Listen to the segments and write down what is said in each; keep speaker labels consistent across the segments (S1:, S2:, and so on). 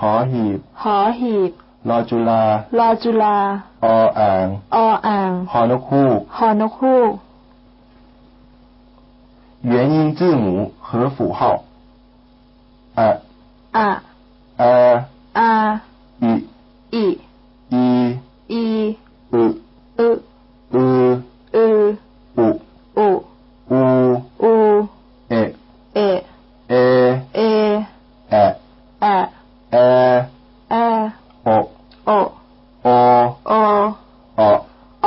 S1: หอหีบ
S2: หอหีบ
S1: ลอจุลา
S2: ลอจุลา
S1: ออ่าง
S2: ออ่าง
S1: หอนกฮูก
S2: หอนกฮูก
S1: 元音字母和符号，啊
S2: อะ
S1: 啊
S2: อา
S1: 一
S2: อิ
S1: 一
S2: อี
S1: 呃
S2: อึ
S1: 呃
S2: อือ
S1: 五
S2: อุ
S1: 五
S2: อู
S1: 诶
S2: เอ
S1: 诶
S2: เอ
S1: 诶
S2: แอะ
S1: 诶
S2: แอ
S1: 哦
S2: โอ
S1: 哦哦
S2: โอออ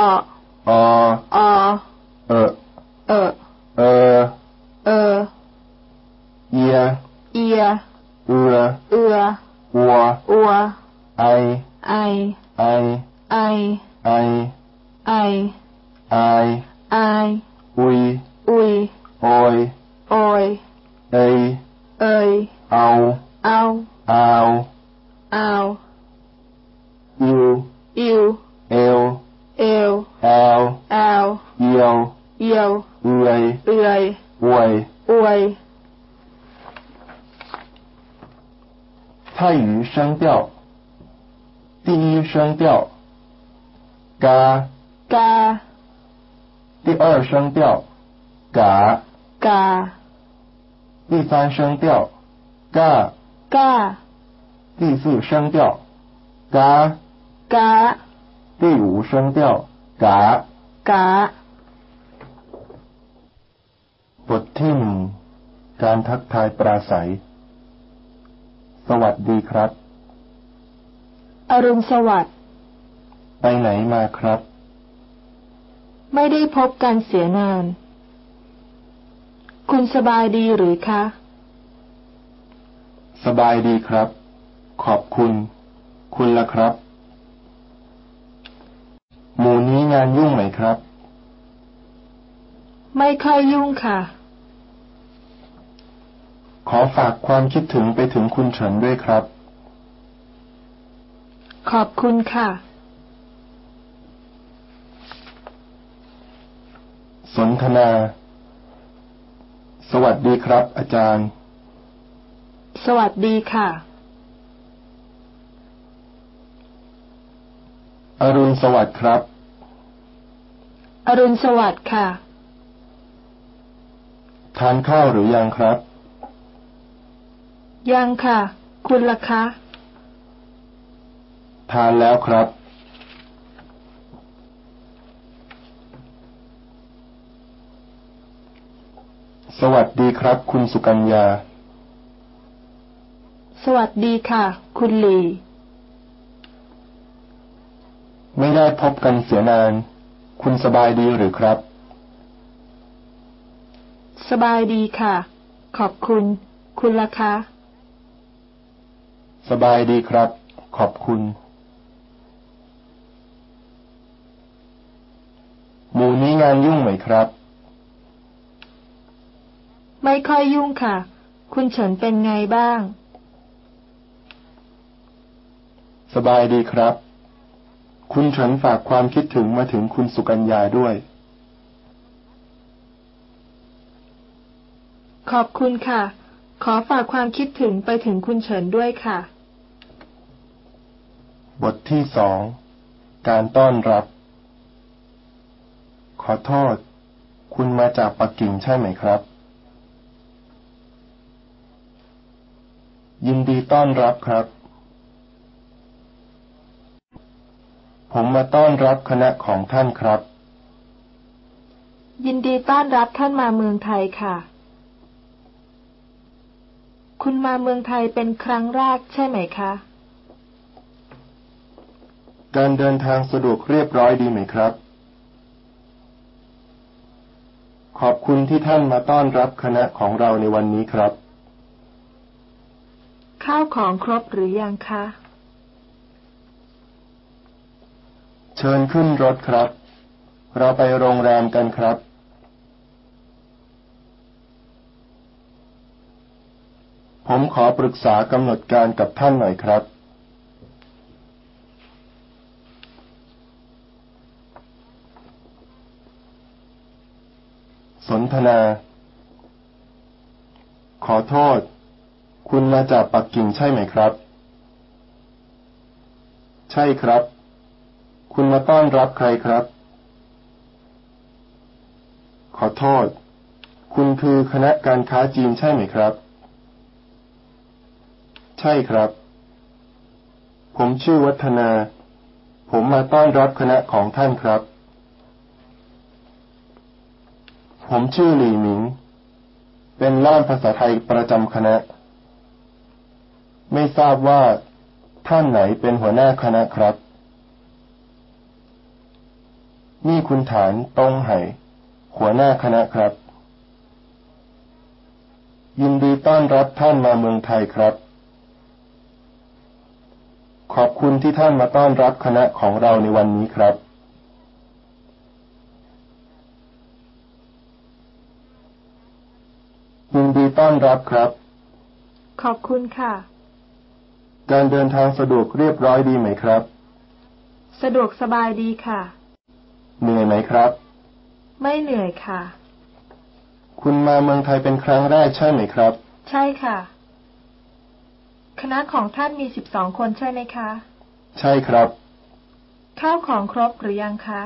S1: 哦
S2: ออ
S1: 呃
S2: เออ
S1: 呃
S2: เออ
S1: 耶
S2: เอีย
S1: 呃
S2: เอือ
S1: 我
S2: อัว
S1: 哎
S2: ไอ
S1: 哎
S2: ไอ
S1: 哎
S2: ไอ
S1: 哎
S2: ไอ
S1: 喂
S2: อุย
S1: oi
S2: โอย
S1: ei
S2: เอย
S1: au
S2: เอา
S1: au
S2: เอา
S1: iu
S2: อิว
S1: eu
S2: เอว
S1: ao
S2: แอล
S1: iau
S2: เอียว
S1: ui
S2: เอือย
S1: 喂。
S2: อวย
S1: 泰语声调，第一声调嘎，
S2: กา
S1: 第二声调嘎，
S2: กา
S1: 第三声调嘎，
S2: กา
S1: 第四声调嘎，
S2: กา
S1: 第五声调嘎。
S2: กา
S1: บทที่หนึ่งการทักทายปราศัย สวัสดีครับ
S2: อรุณสวัสดิ์
S1: ไปไหนมาครับ
S2: ไม่ได้พบกันเสียนาน คุณสบายดีหรือคะ
S1: สบายดีครับ ขอบคุณ คุณละครับ หมู่นี้งานยุ่งไหมครับ
S2: ไม่ค่อยยุ่งค่ะ
S1: ขอฝากความคิดถึงไปถึงคุณเฉินด้วยครับ
S2: ขอบคุณค่ะ
S1: สนทนา สวัสดีครับ อาจารย์
S2: สวัสดีค่ะ
S1: อรุณสวัสดิ์ครับ
S2: อรุณสวัสดิ์ค่ะ
S1: ทานข้าวหรือยังครับ
S2: ยังค่ะ คุณล่ะคะ
S1: ทานแล้วครับ สวัสดีครับ คุณสุกัญญา
S2: สวัสดีค่ะ คุณหลี
S1: ไม่ได้พบกันเสียนาน คุณสบายดีหรือครับ
S2: สบายดีค่ะ ขอบคุณ คุณล่ะคะ
S1: สบายดีครับ ขอบคุณ หมู่นี้งานยุ่งไหมครับ
S2: ไม่ค่อยยุ่งค่ะ คุณเฉินเป็นไงบ้าง
S1: สบายดีครับ คุณเฉินฝากความคิดถึงมาถึงคุณสุกัญญาด้วย
S2: ขอบคุณค่ะ ขอฝากความคิดถึงไปถึงคุณเฉินด้วยค่ะ
S1: บทที่สอง การต้อนรับ ขอโทษ คุณมาจากปักกิ่งใช่ไหมครับ ยินดีต้อนรับครับ ผมมาต้อนรับคณะของท่านครับ
S2: ยินดีต้อนรับท่านมาเมืองไทยค่ะ คุณมาเมืองไทยเป็นครั้งแรกใช่ไหมคะ
S1: การเดินทางสะดวกเรียบร้อยดีไหมครับ ขอบคุณที่ท่านมาต้อนรับคณะของเราในวันนี้ครับ
S2: ข้าวของครบหรือยังคะ
S1: เชิญขึ้นรถครับ เราไปโรงแรมกันครับ ผมขอปรึกษากำหนดการกับท่านหน่อยครับ สนทนา ขอโทษ คุณมาจากปักกิ่งใช่ไหมครับ ใช่ครับ คุณมาต้อนรับใครครับ ขอโทษ คุณคือคณะการค้าจีนใช่ไหมครับ ใช่ครับ ผมชื่อวัฒนา ผมมาต้อนรับคณะของท่านครับ ผมชื่อหลี่หมิง เป็นล่ามภาษาไทยประจำคณะ ไม่ทราบว่า ท่านไหนเป็นหัวหน้าคณะครับ นี่คุณฐานตงไห หัวหน้าคณะครับ ยินดีต้อนรับท่านมาเมืองไทยครับ ขอบคุณที่ท่านมาต้อนรับคณะของเราในวันนี้ครับ ยินดีต้อนรับครับ
S2: ขอบคุณค่ะ
S1: การเดินทางสะดวกเรียบร้อยดีไหมครับ
S2: สะดวกสบายดีค่ะ
S1: เหนื่อยไหมครับ
S2: ไม่เหนื่อยค่ะ
S1: คุณมาเมืองไทยเป็นครั้งแรกใช่ไหมครับ
S2: ใช่ค่ะ คณะของท่านมีสิบสองคนใช่ไหมคะ
S1: ใช่ครับ
S2: ข้าวของครบหรือยังคะ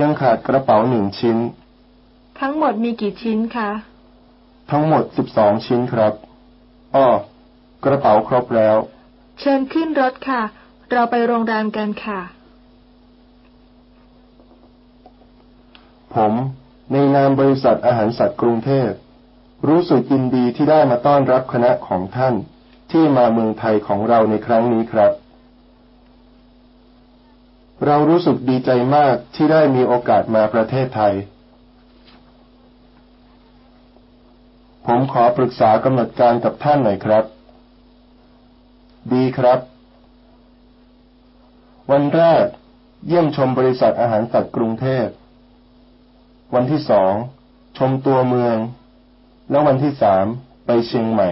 S1: ยังขาดกระเป๋าหนึ่งชิ้น
S2: ทั้งหมดมีกี่ชิ้นคะ
S1: ทั้งหมดสิบสองชิ้นครับอ้อกระเป๋าครบแล้ว
S2: เชิญขึ้นรถค่ะ เราไปโรงแรมกันค่ะ
S1: ผมในนามบริษัทอาหารสัตว์กรุงเทพ รู้สึกยินดีที่ได้มาต้อนรับคณะของท่าน ที่มาเมืองไทยของเราในครั้งนี้ครับ เรารู้สึกดีใจมากที่ได้มีโอกาสมาประเทศไทย ผมขอปรึกษากำหนดการกับท่านหน่อยครับ ดีครับ วันแรก เยี่ยมชมบริษัทอาหารสัตว์กรุงเทพ วันที่สองชมตัวเมือง แล้ววันที่สามไปเชียงใหม่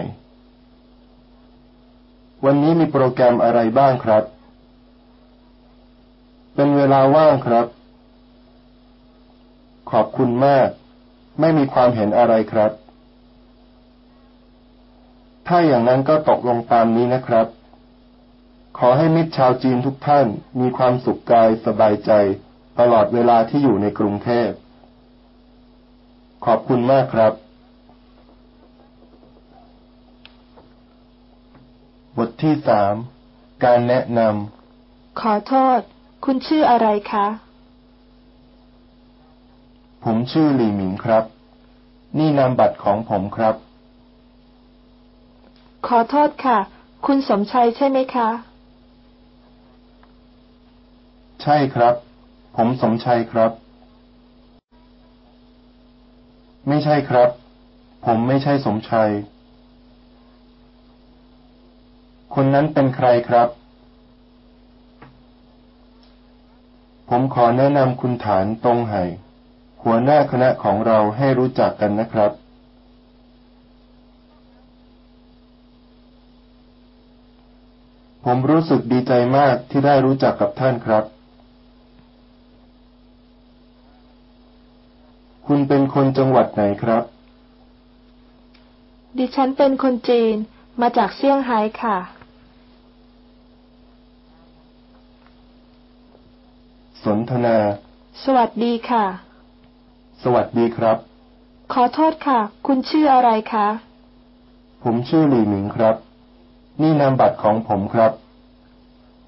S1: วันนี้มีโปรแกรมอะไรบ้างครับ เป็นเวลาว่างครับ ขอบคุณมาก ไม่มีความเห็นอะไรครับ ถ้าอย่างนั้นก็ตกลงตามนี้นะครับ ขอให้มิตรชาวจีนทุกท่านมีความสุขกายสบายใจ ตลอดเวลาที่อยู่ในกรุงเทพ ขอบคุณมากครับ บทที่สาม การแนะน
S2: ขอโทษ คุณชื่ออะไรคะ
S1: ำ ผมชื่อหลี่หมิงครับ นี่นามบัตรของผมครับ
S2: ขอโทษค่ะ คุณสมชัยใช่ไหมคะ
S1: ใช่ครับ ผมสมชัยครับ ไม่ใช่ครับ ผมไม่ใช่สมชัย คนนั้นเป็นใครครับ ผมขอแนะนำคุณฐานตรงไหหัวหน้าคณะของเราให้รู้จักกันนะครับ ผมรู้สึกดีใจมากที่ได้รู้จักกับท่านครับ คุณเป็นคนจังหวัดไหนครับ
S2: ดิฉันเป็นคนจีน มาจากเซี่ยงไฮ้ค่ะ
S1: สนทนา
S2: สวัสดีค่ะ
S1: สวัสดีครับ
S2: ขอโทษค่ะ คุณชื่ออะไรคะ
S1: ผมชื่อหลี่หมิงครับ นี่นามบัตรของผมครับ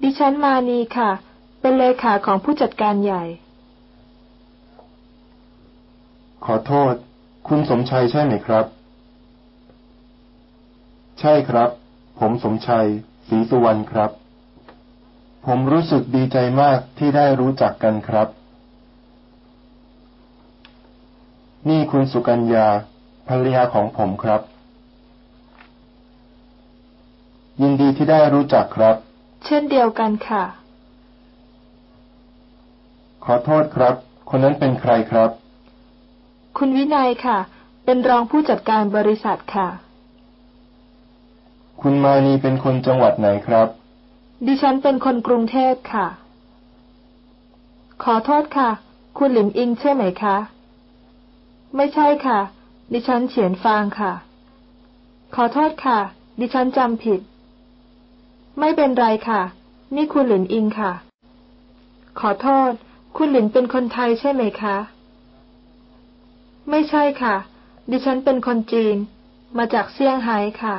S2: ดิฉันมานีค่ะ เป็นเลขาของผู้จัดการใหญ่
S1: ขอโทษ คุณสมชัยใช่ไหมครับ ใช่ครับ ผมสมชัยศรีสุวรรณครับ ผมรู้สึกดีใจมากที่ได้รู้จักกันครับ นี่คุณสุกัญญาภรรยาของผมครับ ยินดีที่ได้รู้จักครับ
S2: เช่นเดียวกันค่ะ
S1: ขอโทษครับ คนนั้นเป็นใครครับ
S2: คุณวินัยค่ะ เป็นรองผู้จัดการบริษัทค่ะ
S1: คุณมานีเป็นคนจังหวัดไหนครับ
S2: ดิฉันเป็นคนกรุงเทพค่ะ ขอโทษค่ะ คุณหลิมอิงใช่ไหมคะ ไม่ใช่ค่ะ ดิฉันเฉียนฟางค่ะ ขอโทษค่ะ ดิฉันจำผิด ไม่เป็นไรค่ะ นี่คุณหลินอิงค่ะ ขอโทษ คุณหลินเป็นคนไทยใช่ไหมคะ ไม่ใช่ค่ะ ดิฉันเป็นคนจีน มาจากเซี่ยงไฮ้ค่ะ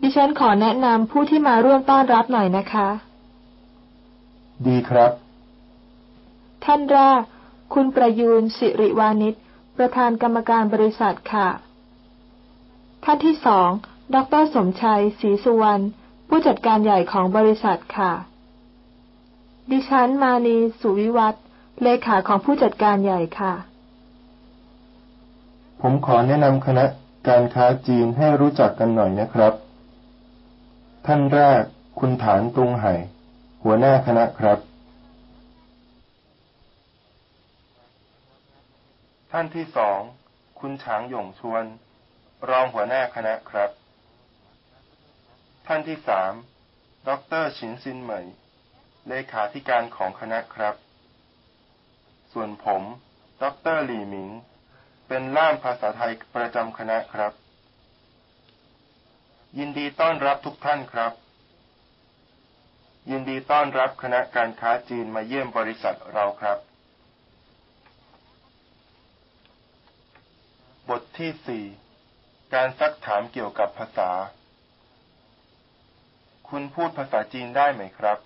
S2: ดิฉันขอแนะนำผู้ที่มาร่วมต้อนรับหน่อยนะคะ
S1: ดีครับ
S2: ท่านแรก คุณประยูนสิริวานิชประธานกรรมการบริษัทค่ะ ท่านที่สอง ดรสมชัยศรีสุวรรณ ผู้จัดการใหญ่ของบริษัทค่ะ ดิฉันมานีสุวิวัฒน์เลขาของผู้จัดการใหญ่ค่ะ
S1: ผมขอแนะนำคณะการค้าจีนให้รู้จักกันหน่อยนะครับ ท่านแรก คุณฐานตุงไห่ หัวหน้าคณะครับ ท่านที่สอง คุณฉางหยงชวน รองหัวหน้าคณะครับ ท่านที่สามดอกเตอรชินซินเหมย เลขาธิการของคณะครับ ส่วนผมดอกเตอรหลี่หมิง เป็นล่ามภาษาไทยประจำคณะครับ ยินดีต้อนรับทุกท่านครับ ยินดีต้อนรับคณะการค้าจีนมาเยี่ยมบริษัทเราครับ บทที่สี่การซักถามเกี่ยวกับภาษา คุณพูดภาษาจีนได้ไหมครับ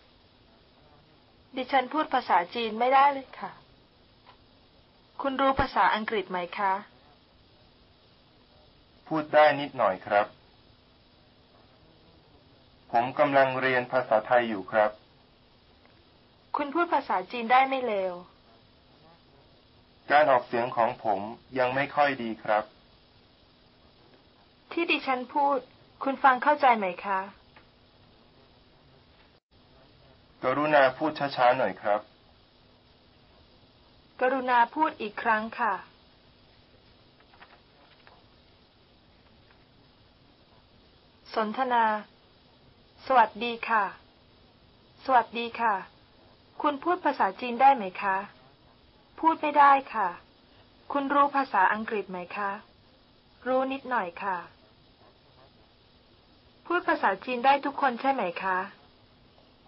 S2: ดิฉันพูดภาษาจีนไม่ได้เลยค่ะ คุณรู้ภาษาอังกฤษไหมคะ
S1: พูดได้นิดหน่อยครับ ผมกำลังเรียนภาษาไทยอยู่ครับ
S2: คุณพูดภาษาจีนได้ไม่เลว
S1: การออกเสียงของผมยังไม่ค่อยดีครับ
S2: ที่ดิฉันพูด คุณฟังเข้าใจไหมคะ
S1: กรุณาพูดช้าๆหน่อยครับ
S2: กรุณาพูดอีกครั้งค่ะ สนทนา สวัสดีค่ะ สวัสดีค่ะ คุณพูดภาษาจีนได้ไหมคะ พูดไม่ได้ค่ะ คุณรู้ภาษาอังกฤษไหมคะ รู้นิดหน่อยค่ะ พูดภาษาจีนได้ทุกคนใช่ไหมคะ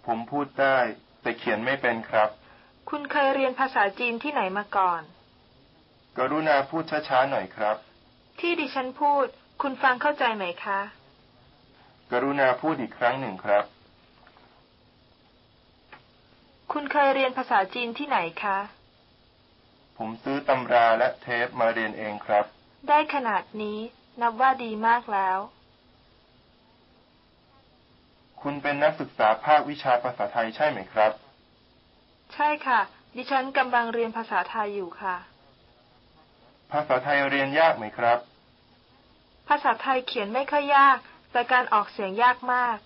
S1: ผมพูดได้ แต่เขียนไม่เป็นครับ
S2: คุณเคยเรียนภาษาจีนที่ไหนมาก่อน
S1: กรุณาพูดช้าๆหน่อยครับ
S2: ที่ดิฉันพูด คุณฟังเข้าใจไหมคะ
S1: กรุณาพูดอีกครั้งหนึ่งครับ
S2: คุณเคยเรียนภาษาจีนที่ไหนคะ
S1: ผมซื้อตำราและเทปมาเรียนเองครับ
S2: ได้ขนาดนี้นับว่าดีมากแล้ว
S1: คุณเป็นนักศึกษาภาควิชาภาษาไทยใช่ไหมครับ
S2: ใช่ค่ะ ดิฉันกำลังเรียนภาษาไทยอยู่ค่ะ
S1: ภาษาไทยเรียนยากไหมครับ
S2: ภาษาไทยเขียนไม่ค่อยยาก แต่การออกเสียงยากมาก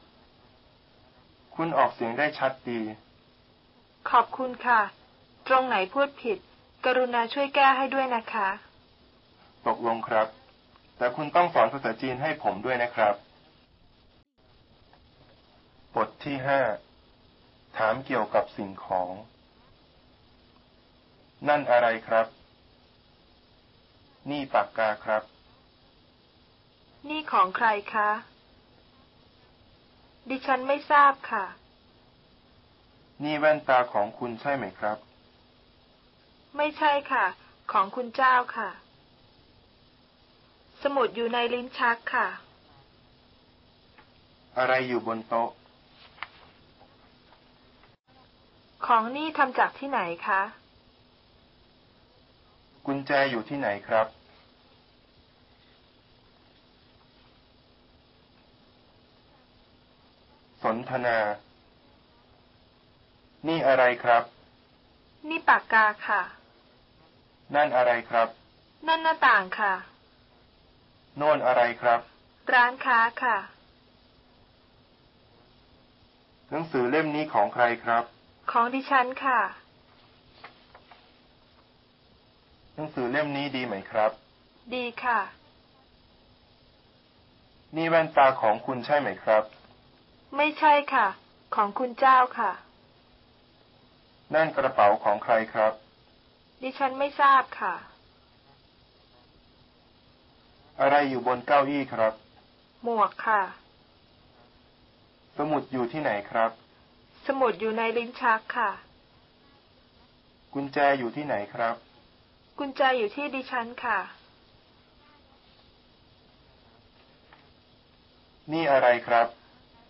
S1: คุณออกเสียงได้ชัดดี
S2: ขอบคุณค่ะ ตรงไหนพูดผิด กรุณาช่วยแก้ให้ด้วยนะคะ
S1: ตกลงครับ แต่คุณต้องสอนภาษาจีนให้ผมด้วยนะครับ บทที่ห้า ถามเกี่ยวกับสิ่งของ นั่นอะไรครับ นี่ปากกาครับ
S2: นี่ของใครคะ ดิฉันไม่ทราบค่ะ
S1: นี่แว่นตาของคุณใช่ไหมครับ
S2: ไม่ใช่ค่ะ ของคุณเจ้าค่ะ สมุดอยู่ในลิ้นชักค่ะ
S1: อะไรอยู่บนโต๊ะ
S2: ของนี่ทำจากที่ไหนคะ
S1: กุญแจอยู่ที่ไหนครับ สนทนา นี่อะไรครับ
S2: นี่ปากกาค่ะ
S1: นั่นอะไรครับ
S2: นั่นหน้าต่างค่ะ
S1: โน่นอะไรครับ
S2: ร้านค้าค่ะ
S1: หนังสือเล่มนี้ของใครครับ
S2: ของดิฉันค่ะ
S1: หนังสือเล่มนี้ดีไหมครับ
S2: ดีค่ะ
S1: นี่แว่นตาของคุณใช่ไหมครับ
S2: ไม่ใช่ค่ะ ของคุณเจ้าค่ะ
S1: นั่นกระเป๋าของใครครับ
S2: ดิฉันไม่ทราบค่ะ
S1: อะไรอยู่บนเก้าอี้ครับ
S2: หมวกค่ะ
S1: สมุดอยู่ที่ไหนครับ
S2: สมุดอยู่ในลิ้นชักค่ะ
S1: กุญแจอยู่ที่ไหนครับ
S2: กุญแจอยู่ที่ดิฉันค่ะ
S1: นี่อะไรครับ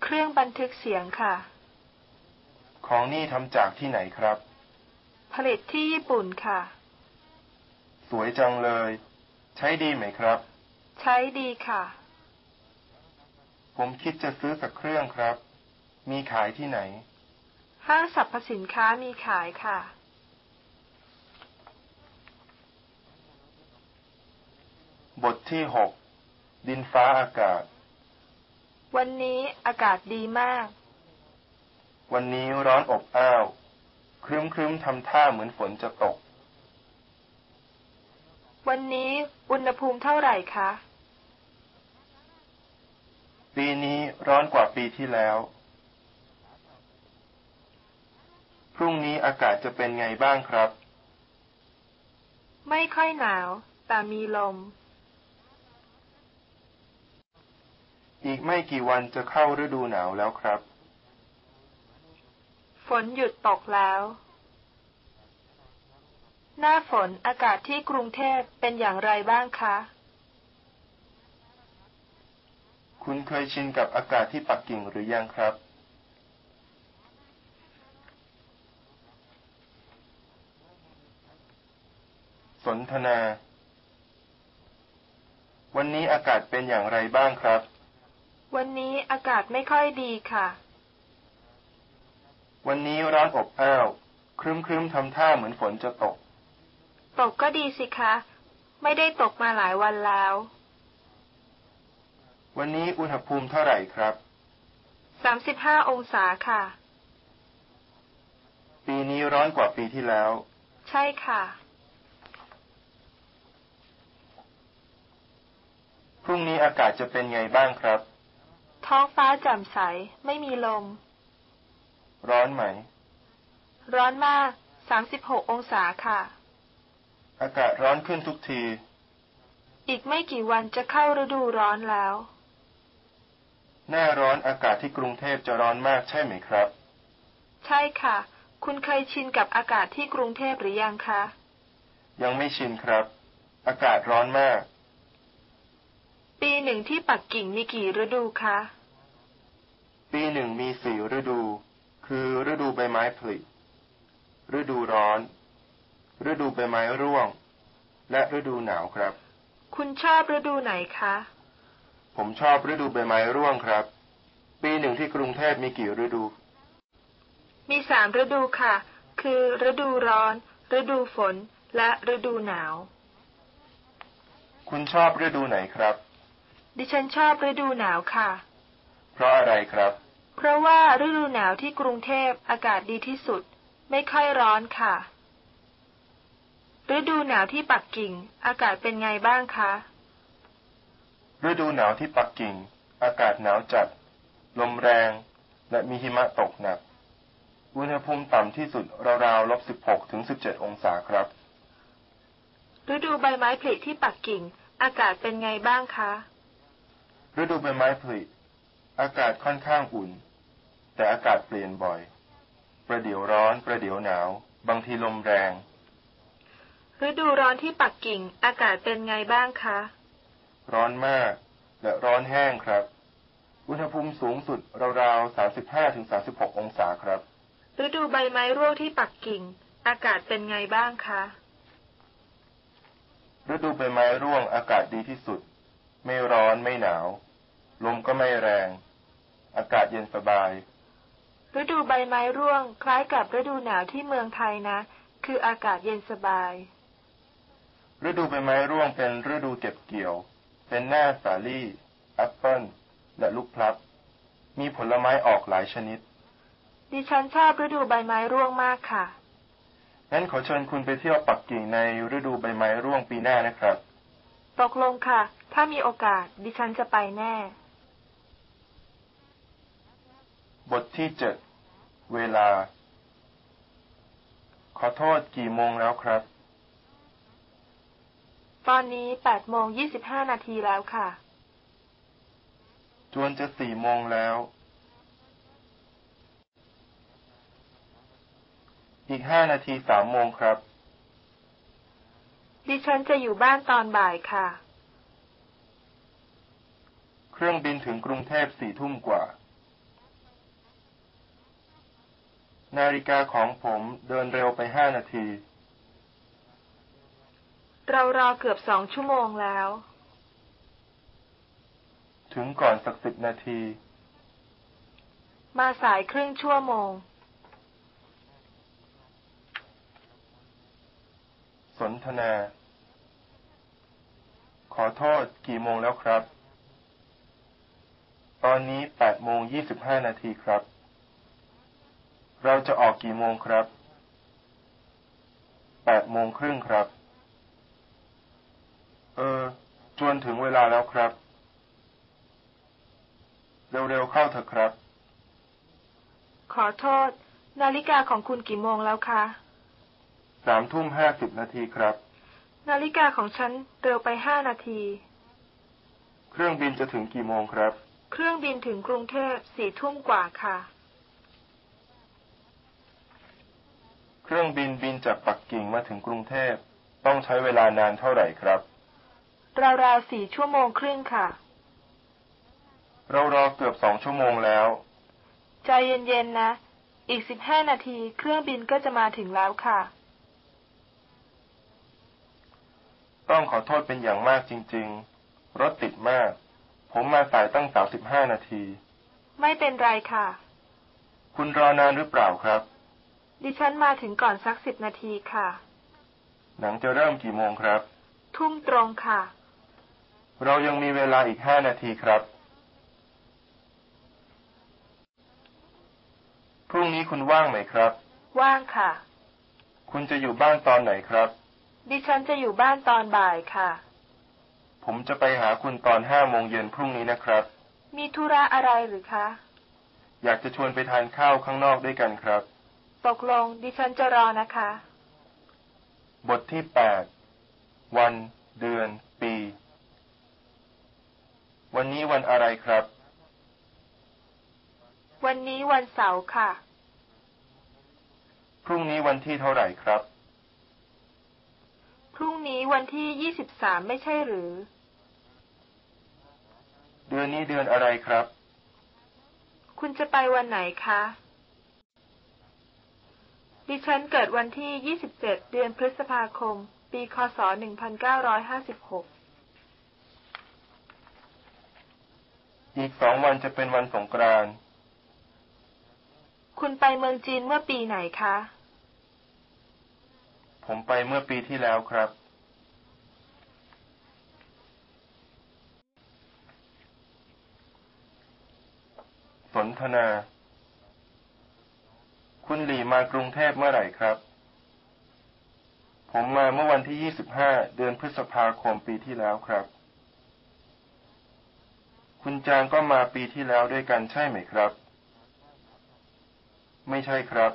S2: เครื่องบันทึกเสียงค่ะ
S1: ของนี่ทำจากที่ไหนครับ
S2: ผลิตที่ญี่ปุ่นค่ะ
S1: สวยจังเลย ใช้ดีไหมครับ
S2: ใช้ดีค่ะ
S1: ผมคิดจะซื้อสักเครื่องครับ มีขายที่ไหน
S2: ห้างสรรพสินค้ามีขายค่ะ
S1: บทที่หกดินฟ้าอากาศ
S2: วันนี้อากาศดีมาก
S1: วันนี้ร้อนอบอ้าว ครึ้มครึ้มๆทำท่าเหมือนฝนจะตก
S2: วันนี้อุณหภูมิเท่าไหร่คะ
S1: ปีนี้ร้อนกว่าปีที่แล้ว พรุ่งนี้อากาศจะเป็นไงบ้างครับ
S2: ไม่ค่อยหนาว แต่มีลม
S1: อีกไม่กี่วันจะเข้าฤดูหนาวแล้วครับ
S2: ฝนหยุดตกแล้ว หน้าฝนอากาศที่กรุงเทพเป็นอย่างไรบ้างคะ
S1: คุณเคยชินกับอากาศที่ปักกิ่งหรือยังครับ สนทนา วันนี้อากาศเป็นอย่างไรบ้างครับ
S2: วันนี้อากาศไม่ค่อยดีค่ะ
S1: วันนี้ร้อนอบอ้าว ครึ้มครึ้มๆทำท่าเหมือนฝนจะตก
S2: ตกก็ดีสิคะ ไม่ได้ตกมาหลายวันแล้ว
S1: วันนี้อุณหภูมิเท่าไหร่ครับ
S2: 35 องศาค่ะ
S1: ปีนี้ร้อนกว่าปีที่แล้ว
S2: ใช่ค่ะ
S1: พรุ่งนี้อากาศจะเป็นไงบ้างครับ
S2: ท้องฟ้าแจ่มใส ไม่มีลม
S1: ร้อนไหม
S2: ร้อนมาก 36 องศาค่ะ
S1: อากาศร้อนขึ้นทุกที
S2: อีกไม่กี่วันจะเข้าฤดูร้อนแล้ว
S1: หน้าร้อนอากาศที่กรุงเทพจะร้อนมากใช่ไหมครับ
S2: ใช่ค่ะ คุณเคยชินกับอากาศที่กรุงเทพหรือยังคะ
S1: ยังไม่ชินครับ อากาศร้อนมาก
S2: ปีหนึ่งที่ปักกิ่งมีกี่ฤดูคะ
S1: ปีหนึ่งมีสี่ฤดู คือฤดูใบไม้ผลิ ฤดูร้อน ฤดูใบไม้ร่วง และฤดูหนาวครับ
S2: คุณชอบฤดูไหนคะ
S1: ผมชอบฤดูใบไม้ร่วงครับ ปีหนึ่งที่กรุงเทพมีกี่ฤดู
S2: มีสามฤดูค่ะ คือฤดูร้อน ฤดูฝน และฤดูหนาว
S1: คุณชอบฤดูไหนครับ
S2: ดิฉันชอบฤดูหนาวค่ะ
S1: เพราะอะไรครับ
S2: เพราะว่าฤดูหนาวที่กรุงเทพอากาศดีที่สุด ไม่ค่อยร้อนค่ะ ฤดูหนาวที่ปักกิ่ง อากาศเป็นไงบ้างคะ
S1: ฤดูหนาวที่ปักกิ่ง อากาศหนาวจัด ลมแรง และมีหิมะตกหนัก อุณหภูมิต่ำที่สุดราวๆลบ16ถึง17 องศาครับ
S2: ฤดูใบไม้ผลิที่ปักกิ่ง อากาศเป็นไงบ้างคะ
S1: ฤดูใบไม้ผลิอากาศค่อนข้างอุ่น แต่อากาศเปลี่ยนบ่อย ประเดี๋ยวร้อน ประเดี๋ยวหนาว บางทีลมแรง
S2: ฤดูร้อนที่ปักกิ่ง อากาศเป็นไงบ้างคะ
S1: ร้อนมาก และร้อนแห้งครับ อุณหภูมิสูงสุดราวๆ35ถึง36 องศาครับ
S2: ฤดูใบไม้ร่วงที่ปักกิ่ง อากาศเป็นไงบ้างคะ
S1: ฤดูใบไม้ร่วงอากาศดีที่สุด ไม่ร้อนไม่หนาว ลมก็ไม่แรง อากาศเย็นสบาย
S2: ฤดูใบไม้ร่วง คล้ายกับฤดูหนาวที่เมืองไทยนะ คืออากาศเย็นสบาย
S1: ฤดูใบไม้ร่วงเป็นฤดูเก็บเกี่ยว เป็นหน้าสาลี่แอปเปิลและลูกพลับ มีผลไม้ออกหลายชนิด
S2: ดิฉันชอบฤดูใบไม้ร่วงมากค่ะ
S1: งั้นขอเชิญคุณไปเที่ยวปักกิ่งในฤดูใบไม้ร่วงปีหน้านะครับ
S2: ตกลงค่ะ ถ้ามีโอกาส ดิฉันจะไปแน่
S1: บทที่เจ็ดเวลา ขอโทษกี่โมงแล้วครับ
S2: ตอนนี้8โมง25นาทีแล้วค่ะ
S1: จวนจะสี่โมงแล้ว อีกห้านาทีสามโมงครับ
S2: ดิฉันจะอยู่บ้านตอนบ่ายค่ะ
S1: เครื่องบินถึงกรุงเทพสี่ทุ่มกว่า นาฬิกาของผมเดินเร็วไปห้านาที
S2: เรารอเกือบสองชั่วโมงแล้ว
S1: ถึงก่อนสักสิบนาที
S2: มาสายครึ่งชั่วโมง
S1: สนทนา ขอโทษกี่โมงแล้วครับ ตอนนี้แปดโมงยี่สิบห้านาทีครับ เราจะออกกี่โมงครับแปดโมงครึ่งครับ เออ จวนถึงเวลาแล้วครับ เร็วๆเข้าเถอะครับ
S2: ขอโทษ นาฬิกาของคุณกี่โมงแล้วคะ
S1: สามทุ่มห้าสิบนาทีครับ
S2: นาฬิกาของฉันเร็วไปห้านาที
S1: เครื่องบินจะถึงกี่โมงครับ
S2: เครื่องบินถึงกรุงเทพสี่ทุ่มกว่าค่ะ
S1: เครื่องบินบินจากปักกิ่งมาถึงกรุงเทพ ต้องใช้เวลานานเท่าไหร่ครับ
S2: ราวๆสี่ชั่วโมงครึ่งค่ะ
S1: เรารอเกือบสองชั่วโมงแล้ว
S2: ใจเย็นๆนะ อีกสิบห้านาทีเครื่องบินก็จะมาถึงแล้วค่ะ
S1: ต้องขอโทษเป็นอย่างมากจริง ๆ รถติดมาก ผมมาสายตั้งสามสิบห้านาที
S2: ไม่เป็นไรค่ะ
S1: คุณรอนานหรือเปล่าครับ
S2: ดิฉันมาถึงก่อนสักสิบนาทีค่ะ
S1: หนังจะเริ่มกี่โมงครับ
S2: ทุ่มตรงค่ะ
S1: เรายังมีเวลาอีกห้านาทีครับ พรุ่งนี้คุณว่างไหมครับ
S2: ว่างค่ะ
S1: คุณจะอยู่บ้านตอนไหนครับ
S2: ดิฉันจะอยู่บ้านตอนบ่ายค่ะ
S1: ผมจะไปหาคุณตอนห้าโมงเย็นพรุ่งนี้นะครับ
S2: มีธุระอะไรหรือคะ
S1: อยากจะชวนไปทานข้าวข้างนอกด้วยกันครับ
S2: ตกลงดิฉันจะรอนะคะ
S1: บทที่แปดวัน เดือน ปี วันนี้วันอะไรครับ
S2: วันนี้วันเสาร์ค่ะ
S1: พรุ่งนี้วันที่เท่าไหร่ครับ
S2: พรุ่งนี้วันที่ยี่สิบสามไม่ใช่หรือ
S1: เดือนนี้เดือนอะไรครับ
S2: คุณจะไปวันไหนคะ ดิฉันเกิดวันที่ 27 เดือนพฤษภาคม ปี คศ 1956
S1: อีกสองวันจะเป็นวันสงกรานต์
S2: คุณไปเมืองจีนเมื่อปีไหนคะ
S1: ผมไปเมื่อปีที่แล้วครับ สนทนา คุณหลีมากรุงเทพเมื่อไหร่ครับ ผมมาเมื่อวันที่ 25 เดือนพฤษภาคมปีที่แล้วครับ คุณจางก็มาปีที่แล้วด้วยกันใช่ไหมครับ ไม่ใช่ครับ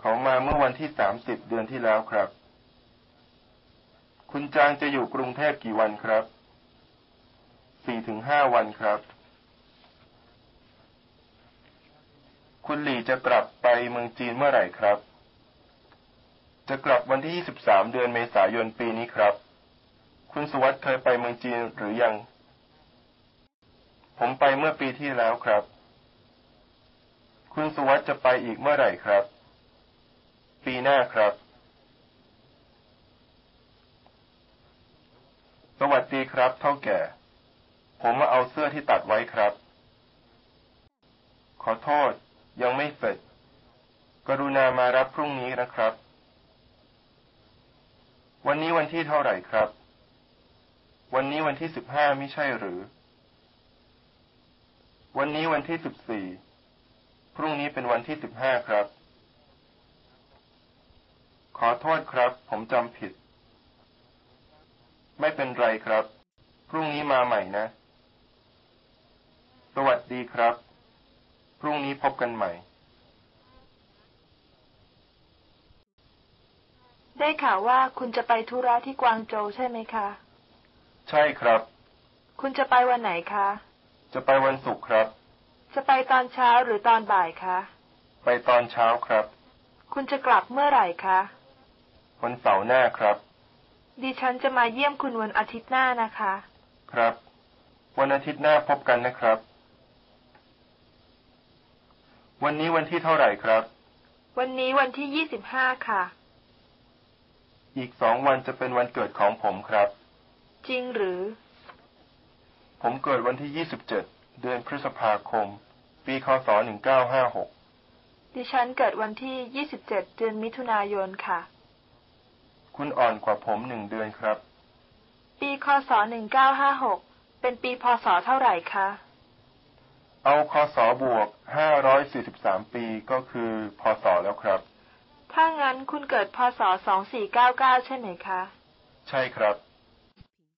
S1: เขามาเมื่อวันที่ 30 เดือนที่แล้วครับ คุณจางจะอยู่กรุงเทพกี่วันครับ 4-5ถึงวันครับ คุณหลี่จะกลับไปเมืองจีนเมื่อไหร่ครับ จะกลับวันที่ 23 เดือนเมษายนปีนี้ครับ คุณสุวัสด์เคยไปเมืองจีนหรือยัง ผมไปเมื่อปีที่แล้วครับ คุณสุวัสด์จะไปอีกเมื่อไหร่ครับ ปีหน้าครับ สวัสดีครับ เท่าแก่ ผมมาเอาเสื้อที่ตัดไว้ครับ ขอโทษ ยังไม่เสร็จ กรุณามารับพรุ่งนี้นะครับ วันนี้วันที่เท่าไหร่ครับ วันนี้วันที่สิบห้าไม่ใช่หรือ วันนี้วันที่สิบสี่ พรุ่งนี้เป็นวันที่สิบห้าครับ ขอโทษครับ ผมจำผิด ไม่เป็นไรครับ พรุ่งนี้มาใหม่นะ สวัสดีครับ พรุ่งนี้พบกันใหม่
S2: ได้ข่าวว่าคุณจะไปธุระที่กวางโจวใช่ไหมคะ
S1: ใช่ครับ
S2: คุณจะไปวันไหนคะ
S1: จะไปวันศุกร์ครับ
S2: จะไปตอนเช้าหรือตอนบ่ายคะ
S1: ไปตอนเช้าครับ
S2: คุณจะกลับเมื่อไหร่คะ
S1: วันเสาร์หน้าครับ
S2: ดิฉันจะมาเยี่ยมคุณวันอาทิตย์หน้านะคะ
S1: ครับ วันอาทิตย์หน้าพบกันนะครับ วันนี้วันที่เท่าไหร่ครับ
S2: วันนี้วันที่ยี่สิบห้าค่ะ
S1: อีกสองวันจะเป็นวันเกิดของผมครับ
S2: จริงหรือ
S1: ผมเกิดวันที่ 27 เดือนพฤษภาคม ปีคศ 1956
S2: ดิฉันเกิดวันที่ยี่สิบเจ็ดเดือนมิถุนายนค่ะ
S1: คุณอ่อนกว่าผมหนึ่งเดือนครับ
S2: ปีคศหนึ่งเก้าห้าหกเป็นปีพศเท่าไหร่คะ
S1: เอาคศบวก 543 ปีก็คือพศแล้วครับ
S2: ถ้างั้นคุณเกิดพศสองสี่เก้าเก้าใช่ไหมคะ
S1: ใช่ครับ